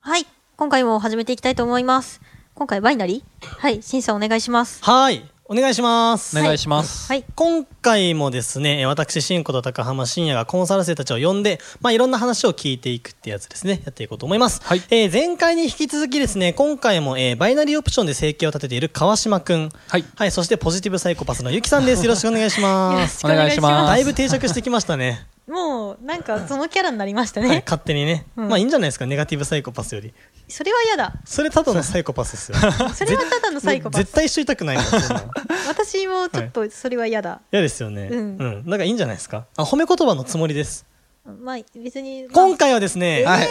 はい。今回も始めていきたいと思います。今回バイナリーはい。審査お願いします。はい。お願いします。お願いします。はい。今回もですね、えー私、新子と高浜深也がコンサル生たちを呼んで、まあ、いろんな話を聞いていくってやつですね、やっていこうと思います。はいえー前回に引き続きですね、今回も、えーバイナリーオプションで生計を立てている川島くん。はいはい、そしてポジティブサイコパスのゆきさんです。よろしくお願いし ます。お願いしますだいぶ定着してきましたね。もう、なんかそのキャラになりましたはいね。勝手にね。うんまあいいんじゃないですか、ネガティブサイコパスより。それは嫌だ。それただのサイコパスですよ。それはただの サイコパ絶ス。対一緒痛くないもんそ んなの私もちょっとそれは嫌だ。嫌ですよね。ううんん。なんかいいんじゃないですか。あ、褒め言葉のつもりです。まあ、別に。今回はですね、はい。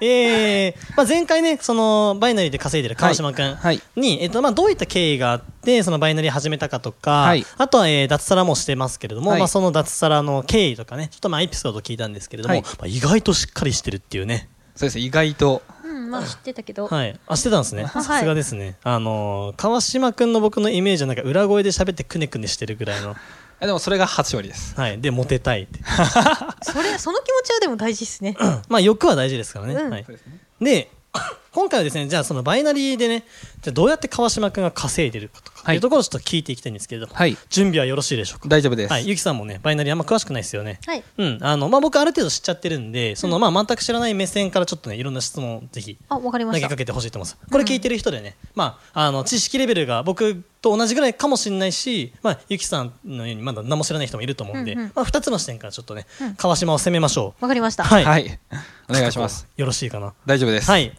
えー、まあ前回ね、その、バイナリーで稼いでる川島くんに、はいえっと、まあどういった経緯があって、そのバイナリー始めたかとか、はいあとは、えー、脱サラもしてますけれども、はいまあその脱サラの経緯とかね、ちょっとまあエピソード聞いたんですけれども、はいまあ意外としっかりしてるっていうね。そうですね、意外と。うん、まあ知ってたけど。はい。あ、してたんですね。はさいすがですね。あのー、川島くんの僕のイメージはなんか裏声で喋ってくねくねしてるぐらいの、えでもそれが8割です。はい。で、モテたいって。それ、その気持ちはでも大事っすね。まあ欲は大事ですからね。うんはいそう。ですね。で 今回はですねじゃあそのバイナリーでねじゃあどうやって川島君が稼いでるかとかっはていいうところをちょっと聞いていきたいんですけれども、はい。準備はよろしいでしょうか大丈夫です。はい、ゆきさんもねバイナリーあんま詳しくないですよねはい。うんあのまあ僕ある程度知っちゃってるんでその、まあ全く知らない目線からちょっとねいろんな質問をぜひあ、わかり投ましげたか。けてほしいと思いますこれ聞いてる人でね、まああの知識レベルが僕と同じぐらいかもしれないしまあゆきさんのようにまだ何も知らない人もいると思うんで、うんうんまあ2つの視点からちょっとね、うん川島を攻めましょわかりましうた。はい、はい。お願いします。よろしいかな大丈夫です。は。い。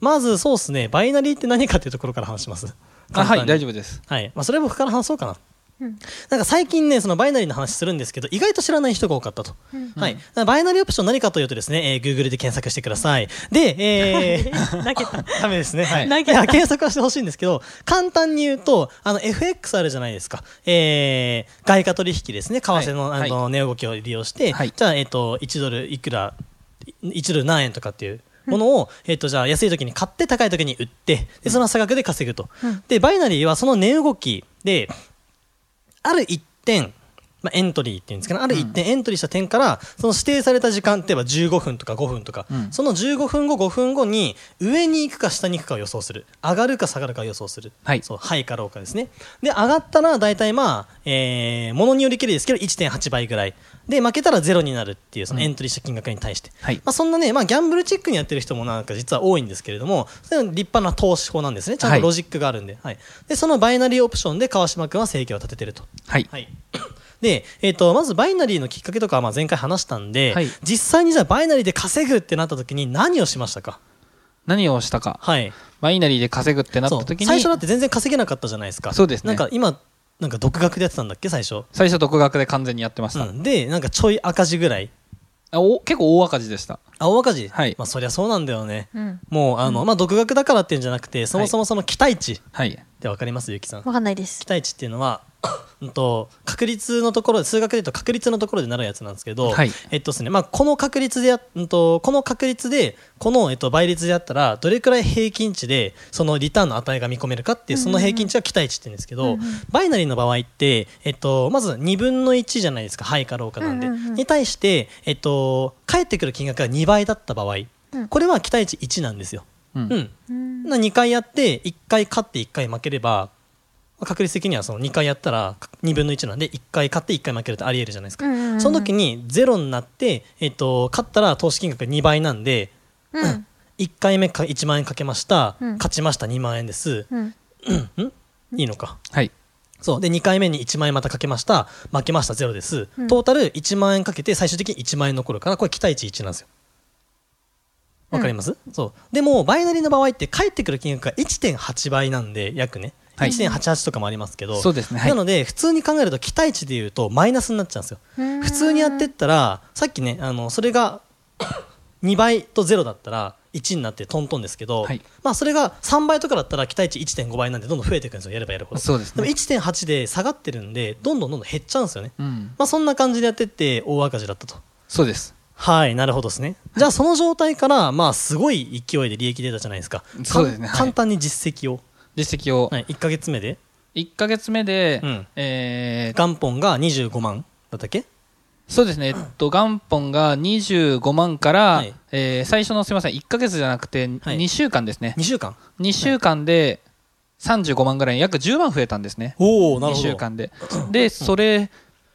まず、そうですね。バイナリーって何かっていうところから話します。あはい、大夫。丈夫です。はい。まあ、それは僕から話そうかな。うんなんか最近ね、そのバイナリーの話するんですけど、意外と知らない人が多かったと。うんはい。だからバイナリーオプション何かというとですね、えー Google で検索してください。で、え 投ー、げた。ダメですね。はい。投げいや検索はしてほしいんですけど、簡単に言うと、あの、FX あるじゃないですか。えー、外貨取引ですね。為替の、はいあの、値動きを利用して、はいじゃあ、えっ、と、1ドルいくら、1ドル何円とかっていう。ものを、えっ、と、じゃあ、安い時に買って、高い時に売って、で、その差額で稼ぐと。うんで、バイナリーはその値動きで、ある一点、まあ、エントリーっていうんですかね、ある一点エントリーした点から、その指定された時間、例えば15分とか5分とか、うんその15分後、5分後に、上に行くか下に行くかを予想する。上がるか下がるかを予想する。はいそう、はいかローかですね。で、上がったら、大体まあ、えー、ものによりきりですけど、1.8倍ぐらい。で、負けたらゼロになるっていう、そのエントリーした金額に対して。はいまあ、そんなね、まあ、ギャンブルチックにやってる人もなんか実は多いんですけれども、それは立派な投資法なんですね。ちゃんとロジックがあるんで。はい。で、そのバイナリーオプションで川島君は生計を立ててると。はい。 はい。で、えっ、と、まずバイナリーのきっかけとかはまあ前回話したんで、はい実際にじゃあバイナリーで稼ぐってなった時に何をしましたか何をしたか。はい。バイナリーで稼ぐってなったそ時うに、最初だって全然稼げなかったじゃないですか。そうですねなんか今、なんか独学でやってたんだっけ最初。最初独学で完全にやってましうた。ん。で、なんかちょい赤字ぐらい。あお結構大赤字でした。あ、大赤字はいまあそりゃそうなんだよね。うん。もう、あの、まあ独学だからっていうんじゃなくて、そもそもその期待値っはい。てわかりますゆきさん。わかんないです期。待値っていうのは、 うんと、確率のところで、数学で言うと確率のところでなるやつなんですけど、はいえっとですね、まあ、この確率でや、うんと、この確率で、この、えっと、倍率でやったら、どれくらい平均値で、そのリターンの値が見込めるかっていう、その平均値は期待値って言うんですけど、うんうんバイナリーの場合って、えっと、まず2分の1じゃないですか、はいかローかなんで。うんうんうんに対して、えっと、返ってくる金額が2倍だった場合、うんこれは期待値1なんですよ。う。うんん。うんな2回やって1回勝って1回負ければ確率的にはその2回やったら2分の1なんで1回勝って1回負けるってありえるじゃないですか、うんうんうんその時にゼロになって、えっと勝ったら投資金額が2倍なんでうん。 1回目か1万円かけました、うん勝ちました2万円です、うん。いいのかはい。そうで2回目に1万円またかけました負けましたゼロです、うんトータル1万円かけて最終的に1万円残るからこれ期待値1なんですよわかります、そうでもバイナリーの場合って返ってくる金額が1.8倍なんで約ね、はい1.88とかもありますけどそうですねはいなので普通に考えると期待値でいうとマイナスになっちゃうんですようん普通にやってったらさっきねあのそれが 2倍と0だったら1になってトントンですけど、はいまあ、それが3倍とかだったら期待値1.5倍なんでどんどん増えていくんですよやればやるほどそうですねも1.8で下がってるんでどんどんどんどん減っちゃうんですよね、うん。まあ、そんな感じでやってって大赤字だったとそうです。はいなるほどですねじゃあその状態からまあすごい勢いで利益出たじゃないですかそうですねかんはい簡単に実績を、実績を、はい、1か月目で1ヶ月目で、うんえー元本が25万だったっけそうですね、えっと、元本が25万から、はいえー最初のすみません、1ヶ月じゃなくて、はい2週間ですね、 2週間2週間で35万ぐらい、約10万増えたんですね、おおな2るほど週間で。で、それ、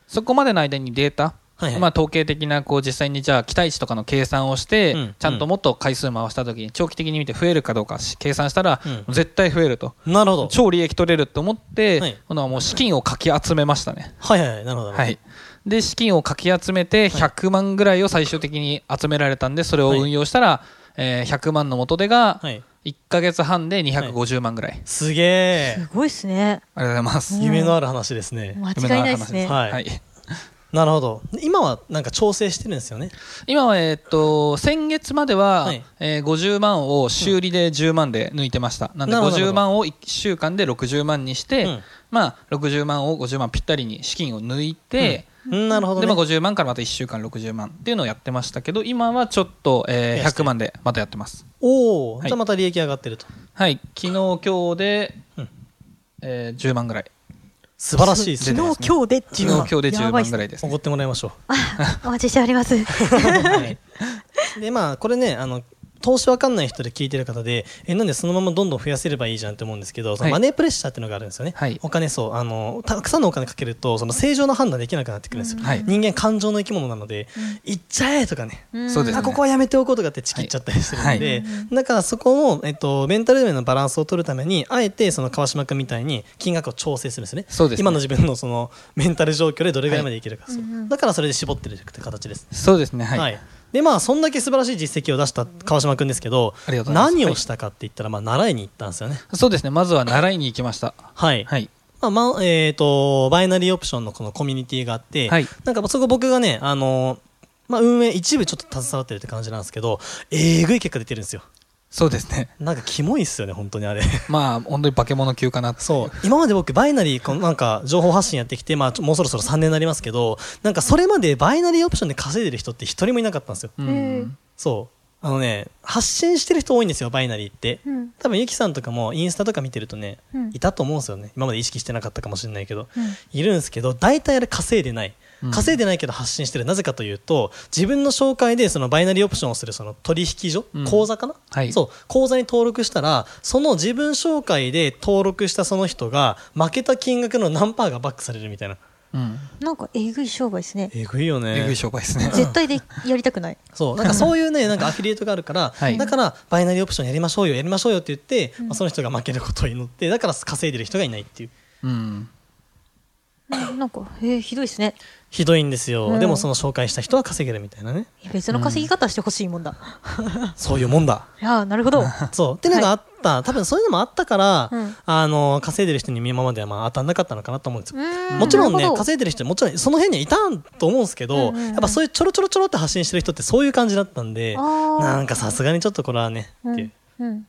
そこまでの間にデータ、はいはいまあ、統計的なこう実際にじゃあ期待値とかの計算をして、うんちゃんともっと回数回したときに、長期的に見て増えるかどうかし計算したら、うん絶対増えると、なるほど超利益取れると思って、はい今度はもう資金をかき集めましたね。はいはいはいなるほどなるほどはい、で資金をかき集めて100万ぐらいを最終的に集められたんでそれを運用したら、えー100万の元手がはい1か月半で250万ぐらい、すげすえごいっすね。ありがとうございます夢のある話ですね、間違いないですね。ははいい、なるほど今はなんか調整してるんですよね今は、えーっと先月までは、はいえー50万を修理で10万で抜いてました、なんでなるほど50万を1週間で60万にして、うんまあ、60万を50万ぴったりに資金を抜いて、うんなるほど、ねでまあ、50万からまた1週間60万っていうのをやってましたけど今はちょっと、えー100万でまたやってますおお、はいじゃあまた利益上がってるとはい、昨日今日で、うんえー10万ぐらい。素晴らしいです昨ね日、今日で10昨日万。今日で10万ぐい。らいですね、怒ってもらいましょお待ちしております。 う、はい、でまあこれねあの投資わかんない人で聞いてる方でえなんでそのままどんどん増やせればいいじゃんって思うんですけどそのはいマネープレッシャーっていうのがあるんですよね、はいお金そうあのたくさんのお金かけるとその正常な判断できなくなってくるんですよ、はい人間感情の生き物なので、行っちゃえとかねうんそうですねあここはやめておこうとかってチキっちゃったりするんで、だからそこを、えっと、メンタル面のバランスを取るためにあえてその川島君みたいに金額を調整するんですねそうですね今の自分のそのメンタル状況でどれぐらいまでいけるか、そううんうんだからそれで絞ってるって形です、 そうですね、は。はいいでまあそんだけ素晴らしい実績を出した川島君ですけどありがとうございます何をしたかって言ったら、まあ、習いに行ったんですよねそうですね、まずは習いに行きました。はい、はい。まあまあえっ、とバイナリーオプションのこのコミュニティがあって、はいなんかそこ僕がねあのまあ、運営一部ちょっと携わってるって感じなんですけどえぐい結果出てるんですよそうですね。 なんかキモいっすよね、本当にあれ。まあ、本当に化け物級かなってそう。今まで僕、バイナリー、このなんか、情報発信やってきて、まあ、ちょもうそろそろ3年になりますけど、なんか、それまでバイナリーオプションで稼いでる人って一人もいなかったんですよ。うへーん。そう。あのね、発信してる人多いんですよ、バイナリーって。うん多分、ゆきさんとかも、インスタとか見てるとね、うんいたと思うんですよね。今まで意識してなかったかもしれないけど。うんいるんですけど、大体あれ稼いでないうん。稼いでないけど発信してる。なぜかというと、自分の紹介でそのバイナリーオプションをするその取引所、うん口座かな、はいそう、口座に登録したら、その自分紹介で登録したその人が、負けた金額の何パーがバックされるみたいな。うん。なんかえぐい商売ですね。えぐいよね。えぐい商売ですね。絶対でやりたくない。そう、なんかそういうね、なんかアフィリエイトがあるから、はいだからバイナリーオプションやりましょうよ、やりましょうよって言って、うんまあ、その人が負けることを祈って、だから稼いでる人がいないっていう。 うん。なんか、えー、ひどいですね。ひどいんですよ、うんでもその紹介した人は稼げるみたいなね。別の稼ぎ方してほしいもんだ。そういうもんだ。いやーなる ほど。そう。っていうのがあった。多分そういうのもあったから、うんあの、稼いでる人に今まではまあ当たんなかったのかなと思うんですよ。ももちろんね、稼いでる人、もちろんその辺にはいたんと思うんですけど、うんうんうんやっぱそういうちょろちょろちょろって発信してる人ってそういう感じだったんで、ななんかさすがにちょっとこれはね、っていう。うん。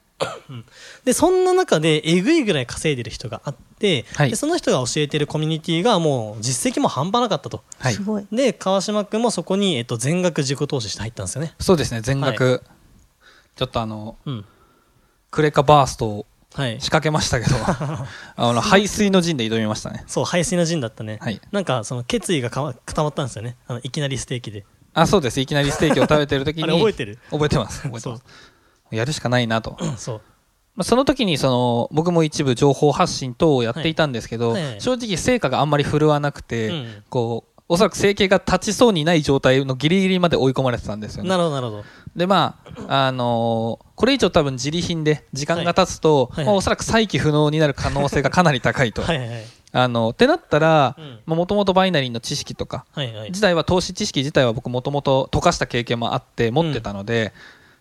で、そんな中でえぐいぐらい稼いでる人があって、はいでその人が教えてるコミュニティがもう実績も半端なかったと。はいす。ごい。で、川島くんもそこに、えっと、全額自己投資して入ったんですよね。そうですね、全額、ちょっとあの、うん。クレカバーストをはい仕。掛けまし たけど、あの、排水の陣で挑みましたね。そう、排水の陣だったね。はいなんか、その決意がかわ固まったんですよね。あの、いきなりステーキで。あ、そうです。いきなりステーキを食べてる時 に。あれ覚えてる覚えてます。覚えてます。やるしかないなと。そう。まあ、その時にその僕も一部情報発信等をやっていたんですけど、はいはい正直成果があんまり振るわなくて、うんこうおそらく整形が立ちそうにない状態のギリギリまで追い込まれてたんですよねな。るほど、なるほど。でまああのーこれ以上多分自利品で時間が経つと、はいはいまあ、おそらく再起不能になる可能性がかなり高いと。はいはいはい。あのってなったらうんもともとバイナリーの知識とかはいはい。自体は投資知識自体は僕もともと溶かした経験もあって持ってたので、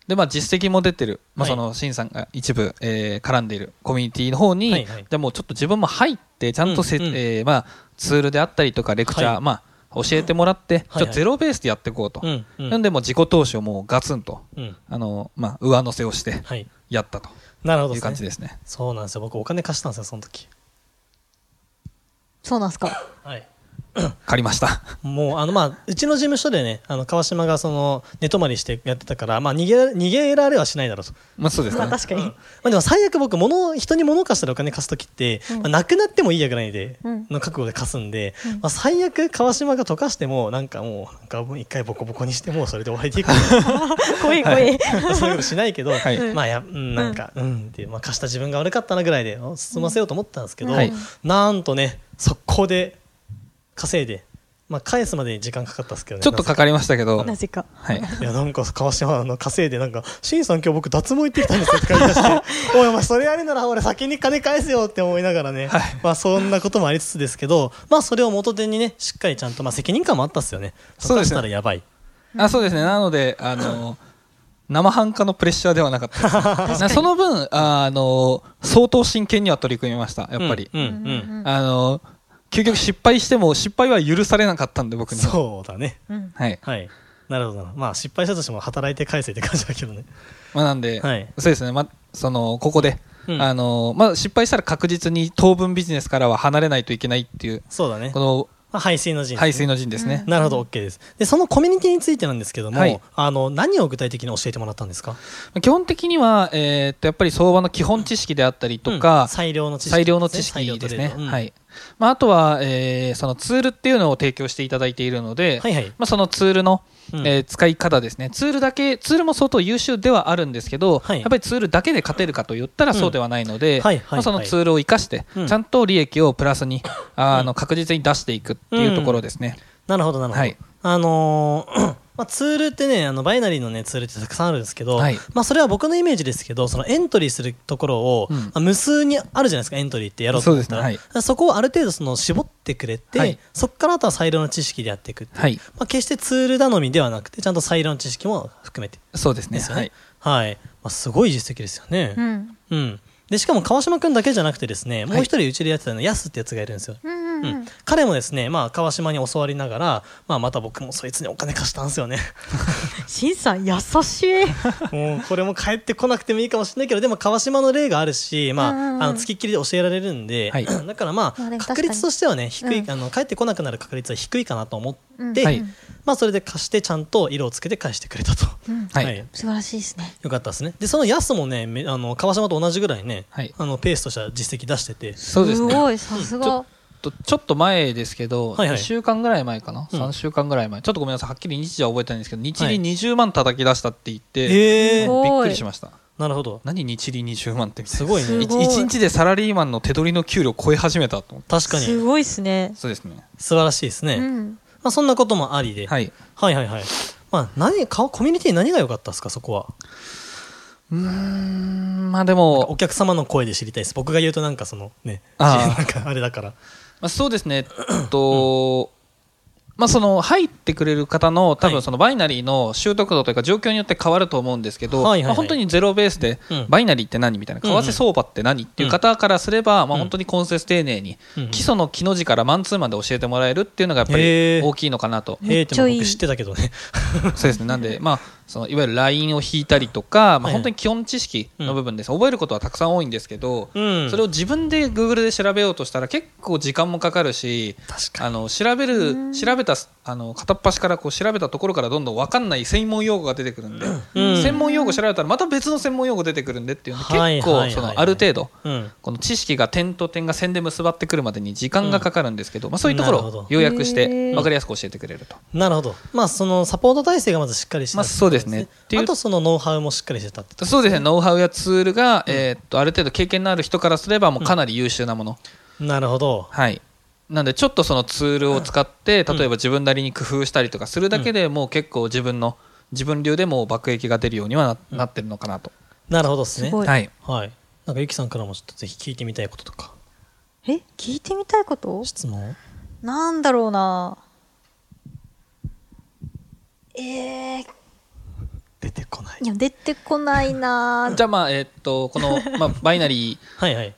でまあ実績も出てる、まあ、はいそのシンさんが一部、えー絡んでいるコミュニティの方に、はいはいじゃあもうちょっと自分も入ってちゃんとせ、うんうんえーまあ、ツールであったりとかレクチャー、はいまあ教えてもらって、はいはいちょっとゼロベースでやっていこうと、うんうんなんでもう自己投資をもうガツンと、うんあのまあ、上乗せをしてはいやったとなるほどいでうすね感じですね。そうなんですよ僕お金貸したんですよその時そうなんすか。はい借りました。 もうあのまあうちの事務所でねあの川島がその寝泊まりしてやってたからまあ逃げ逃げられはしないだろうとまあそうですまあね。確かに。まあ、でも最悪僕物を人に物を貸したらお金貸す時って、うんまあ、なくなってもいいやぐらいで、うんの覚悟で貸すんで、うんまあ、最悪川島が溶かしてもなんかもうなんかもう一回ボコボコにしてもうそれで終わりでいい かな怖い怖い。そういうことしないけど、はいまあやうんなんかうんっていう、まあ、貸した自分が悪かったなぐらいでお進ませようと思ったんですけど、うんはいなんとね速攻で稼いで、まあ、返すまでに時間かかったんですけどねちょっとかかりましたけ ど、なぜか。はい。いやなんか川島あの稼いでなんか「しんさん今日僕脱毛行ってきたんですよ」って言い出して 「おいお前それやるなら俺先に金返すよ」って思いながらね、まあそんなこともありつつですけどまあそれを元手にねしっかりちゃんと、まあ、責任感もあったっすよねそう溶かですねしたらやばいあそうですね、なので、あの生半可のプレッシャーではなかったですねなその分あ、の相当真剣には取り組みました、やっぱり。うんうんうんうんあの究極失敗しても失敗は許されなかったんで、僕には。そうだねうん。はいはいなるほどなまあ失敗したとしても働いて返せって感じだけどねまあ、なんで、はいそうですね、まあ、そのここで、うんあのまあ、失敗したら確実に当分ビジネスからは離れないといけないっていう、そうだねこのまあ排水の陣ですね排水の陣ですね。なるほど OK ですでそのコミュニティについてなんですけども、はいあの何を具体的に教えてもらったんですか基本的には、えーっとやっぱり相場の基本知識であったりとか、うん裁量の知識ですね裁量の知識で裁す量トレーねドうんはいまあ、あとは、えーそのツールっていうのを提供していただいているので、はいはいまあ、そのツールの、うんえー使い方ですねツールだけツールも相当優秀ではあるんですけど、はいやっぱりツールだけで勝てるかと言ったらそうではないので、うんはいはいはいまあ、そのツールを生かして、うんちゃんと利益をプラスにあーあの確実に出していくっていうところですね。なるほど、なるほど。はいあのー まあ、ツールってね、あのバイナリーの、ね、ツールってたくさんあるんですけど、はいまあ、それは僕のイメージですけど、そのエントリーするところを、うんまあ無数にあるじゃないですか、エントリーってやろうと思ったら、そそうですこをある程度その絞ってくれて、はいそこからあとは裁量の知識でやっていくっていうはいまあ、決してツール頼みではなくて、ちゃんと裁量の知識も含めてそうですねですよはいね。はい。まあ、すごい実績ですよね。うん。うん。で、しかも川島くんだけじゃなくてですね、もう一人うちでやってたの、ヤスってやつがいるんですよ。うんうんううんん。彼もですね、まあ、川島に教わりながら、まあ、また僕もそいつにお金貸したんです よね。しんさん優しい。もうこれも帰ってこなくてもいいかもしれないけどでも川島の例があるし、まあうんうんうんあの付きっきりで教えられるんで、はいだからままあでもあ確率としてはね低い、うんあの帰ってこなくなる確率は低いかなと思って、うんはいまあ、それで貸してちゃんと色をつけて返してくれたと。うん。はい素晴らしいですね。よかったですね。で、そのヤスもね、めあの、川島と同じぐらいね、はいあの、ペースとした実績出してて、そうですねごい、さすちがょ。ちょちょっと前ですけど、はいはい2週間ぐらい前かな、うん3週間ぐらい前ちょっとごめんなさいはっきり日時は覚えてないんですけど日は利い20万叩き出したって言って、えすーごいびっくりしましたなるほど。何日利20万ってみたいすなごいすね。ごい1日でサラリーマンの手取りの給料を超え始めたと思って確かすに、ごいですね。そうですね素晴らしいですね。うん。まあ、そんなこともありで、はいはいはいはい。まあ、何か、コミュニティ何が良かったですか、そこは。うーんまあでおも、客様の声で知りたいです。僕が言うとなんかそのね、あーなんかあれだから。まあ、そうですね えっと、まあその入ってくれる方の多は分いそのバイナリーの習得度というか状況によって変わると思うんですけど、はいはいはいまあ本当にゼロベースで、うんバイナリーって何みたいな為替相場って何っていう方からすれば、まあ、本当に根節丁寧に、 うん基礎の木の字からマンツーマンで教えてもらえるっていうのがやっぱへりー大きいのかなと、えめえっってちゃいい僕知ってたけど ね。そうですねなんで、まあ、そのいわゆるラインを引いたりとか、まはいあ、本当に基本知識の部分です、覚えることはたくさん多いんですけど、うんそれを自分で Google で調べようとしたら結構時間もかかるし確かあの調べる調べたあの片っ端からこう調べたところからどんどん分かんない専門用語が出てくるんで、うん専門用語調べたらまた別の専門用語出てくるんでっていうんではい結はいはいはい構そのある程度に。うん。この知識が点と点が線で結ばってくるまでに時間がかかるんですけど、まあ、そういうとこなるほろどを要約しへてー分かりやすく教えてくれると。なるほど。まあ、そのサポート体制がまずしっかりしてたまあそうですねってことっていうあとそのノウハウもしっかりしてたってこと。そうですねノウハウやツールが、えーっとある程度経験のある人からすればもうかなり優秀なもの、なるほど。はい、なんでちょっとそのツールを使って例えば自分なりに工夫したりとかするだけでもう結構自分の自分流でもう爆撃が出るようにはななってるのかなと、なるほどですねす。ごいはい、はい。なんかゆきさんからもちょっとぜひ聞いてみたいこととか。え、聞いてみたいこと質問なんだろうな。えー、出てこないい。や、出てこないな。じゃあまあえーっとこの、まあ、バイナリーはいはい。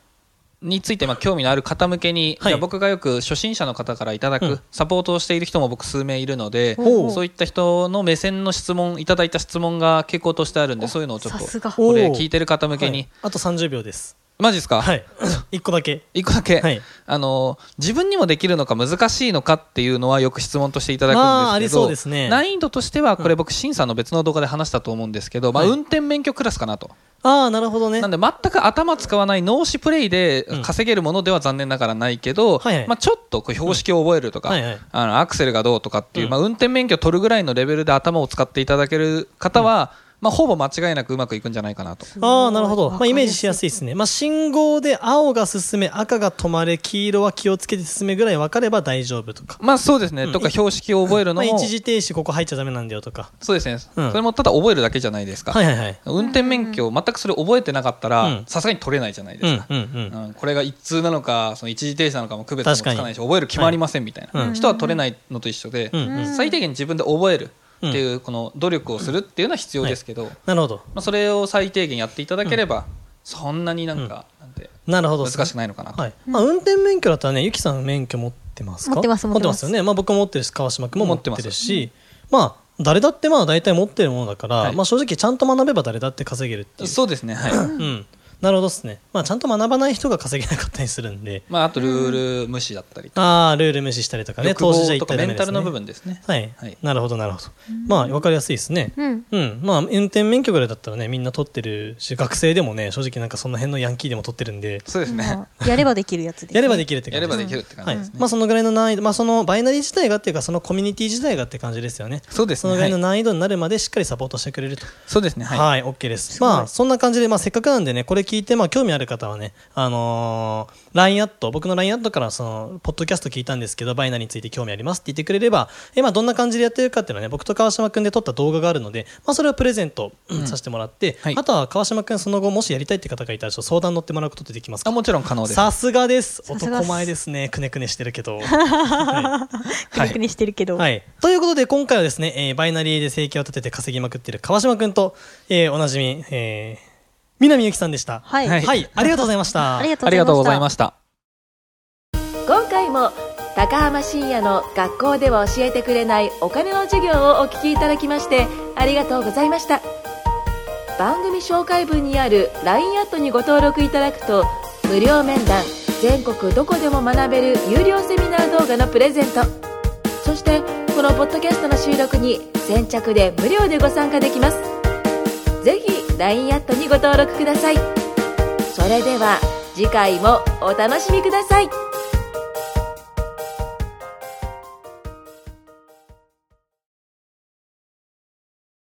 についてまあ興味のある方向けに、はいじゃあ僕がよく初心者の方からいただく、うんサポートをしている人も僕数名いるのでほうそういった人の目線の質問いただいた質問が傾向としてあるんでそういうのをちょっさとすが。これ聞いてる方向向けに、あと30秒ですマジですか、、はい い一個だけ1個だけ、はいあの自分にもできるのか難しいのかっていうのはよく質問としていただくんですけど、まあありそうですね難易度としてはこれ僕審査の別の動画で話したと思うんですけど、まあ、はい運転免許クラスかなと、ああなるほどねなんで全く頭使わない脳死プレイでうん稼げるものでは残念ながらないけど、はいはいまあ、ちょっとこう標識を覚えるとか、うんはいはいあのアクセルがどうとかっていう、うんまあ、運転免許取るぐらいのレベルで頭を使っていただける方は、まあ、ほぼ間違いなくうまくいくんじゃないかなと。ああなるほど、わまかあ、りイメージしやすいですね、まあ、信号で青が進め赤が止まれ黄色は気をつけて進めぐらい分かれば大丈夫とか、まあそうですね、んとか標識を覚えるのまあ、も、一時停止ここ入っちゃダメなんだよとかそうですね、うんそれもただ覚えるだけじゃないですか、はいはいはい運転免許を全くそれ覚えてなかったら、うんさすがに取れないじゃないでうすんか、うんうんうんこれが一通なのかその一時停止なのかも区別もつかないし覚える決まりませんみたいな、うん人は取れないのと一緒で、うんうん最低限自分で覚えるっていうこの努力をするっていうのは必要ですけど、まなるほどあ、それを最低限やっていただければそんなになんか、なんてなるほど難しくないのかなと、はいまあ、運転免許だったらねゆきさん免許持ってますか持ってます持持っっててまますすよね、まあ、僕も持ってるし川島君も持って持ってるますしまあ誰だってまあ大体持ってるものだから、はいまあ、正直ちゃんと学べば誰だって稼げるっていうそうですねはい、うん、なるほどですね、まあ、ちゃんと学ばない人が稼げなかったりするんでまあ、あとルール無視だったりとか、ああルール無視したりとかね欲投資じゃ望一とか体メダメンでタすルねの部分ですねはい、はいなるほどなるほどまあ分かりやすいですねうん。うんまあ運転免許ぐらいだったらねみんな取ってるし学生でもね正直なんかその辺のヤンキーでも取ってるんでそうですね、まあやればできるやつですね。やればできるって や感じればでですきるっては感いじですね、まあ、そのぐらいの難易度、まあ、そのバイナリー自体がっていうかそのコミュニティ自体がって感じですよねそうですそのねぐらいのはい難易度になるまでしっかりサポートしてくれるとそうですねはいはい、OK です。まあ、そんな感じで、まあ、せっかくなんでね、これ聞いて、まあ、興味ある方はね、あのー、LINE アット、僕の LINE アットから、その、ポッドキャスト聞いたんですけど、バイナリーについて興味ありますって言ってくれれば、え、まあ、どんな感じでやってるかっていうのはね、僕と川島くんで撮った動画があるので、まあ、それをプレゼント、させてもらって、はいあとは川島くん、その後、もしやりたいって方がいたら、ちょっと相談乗ってもらうことってできますあかもちろん可能ですさすがでさす。すがっ男す前ですね。くねくねしてるけど。はくいねくねしてるけど。はい。ということで、今回はですね、えーバイナリーで生計を立てて稼ぎまくっている川島くんと、えーおなじみ、えー、南ゆきさんでした。はい。はいありがとうございました。ありがとうございました。ありがとうございました今回も高浜深也の学校では教えてくれないお金の授業をお聞きいただきましてありがとうございました番組紹介文にある LINE アットにご登録いただくと無料面談全国どこでも学べる有料セミナー動画のプレゼントそしてこのポッドキャストの収録に先着で無料でご参加できますぜひ LINE アットにご登録くださいそれでは次回もお楽しみください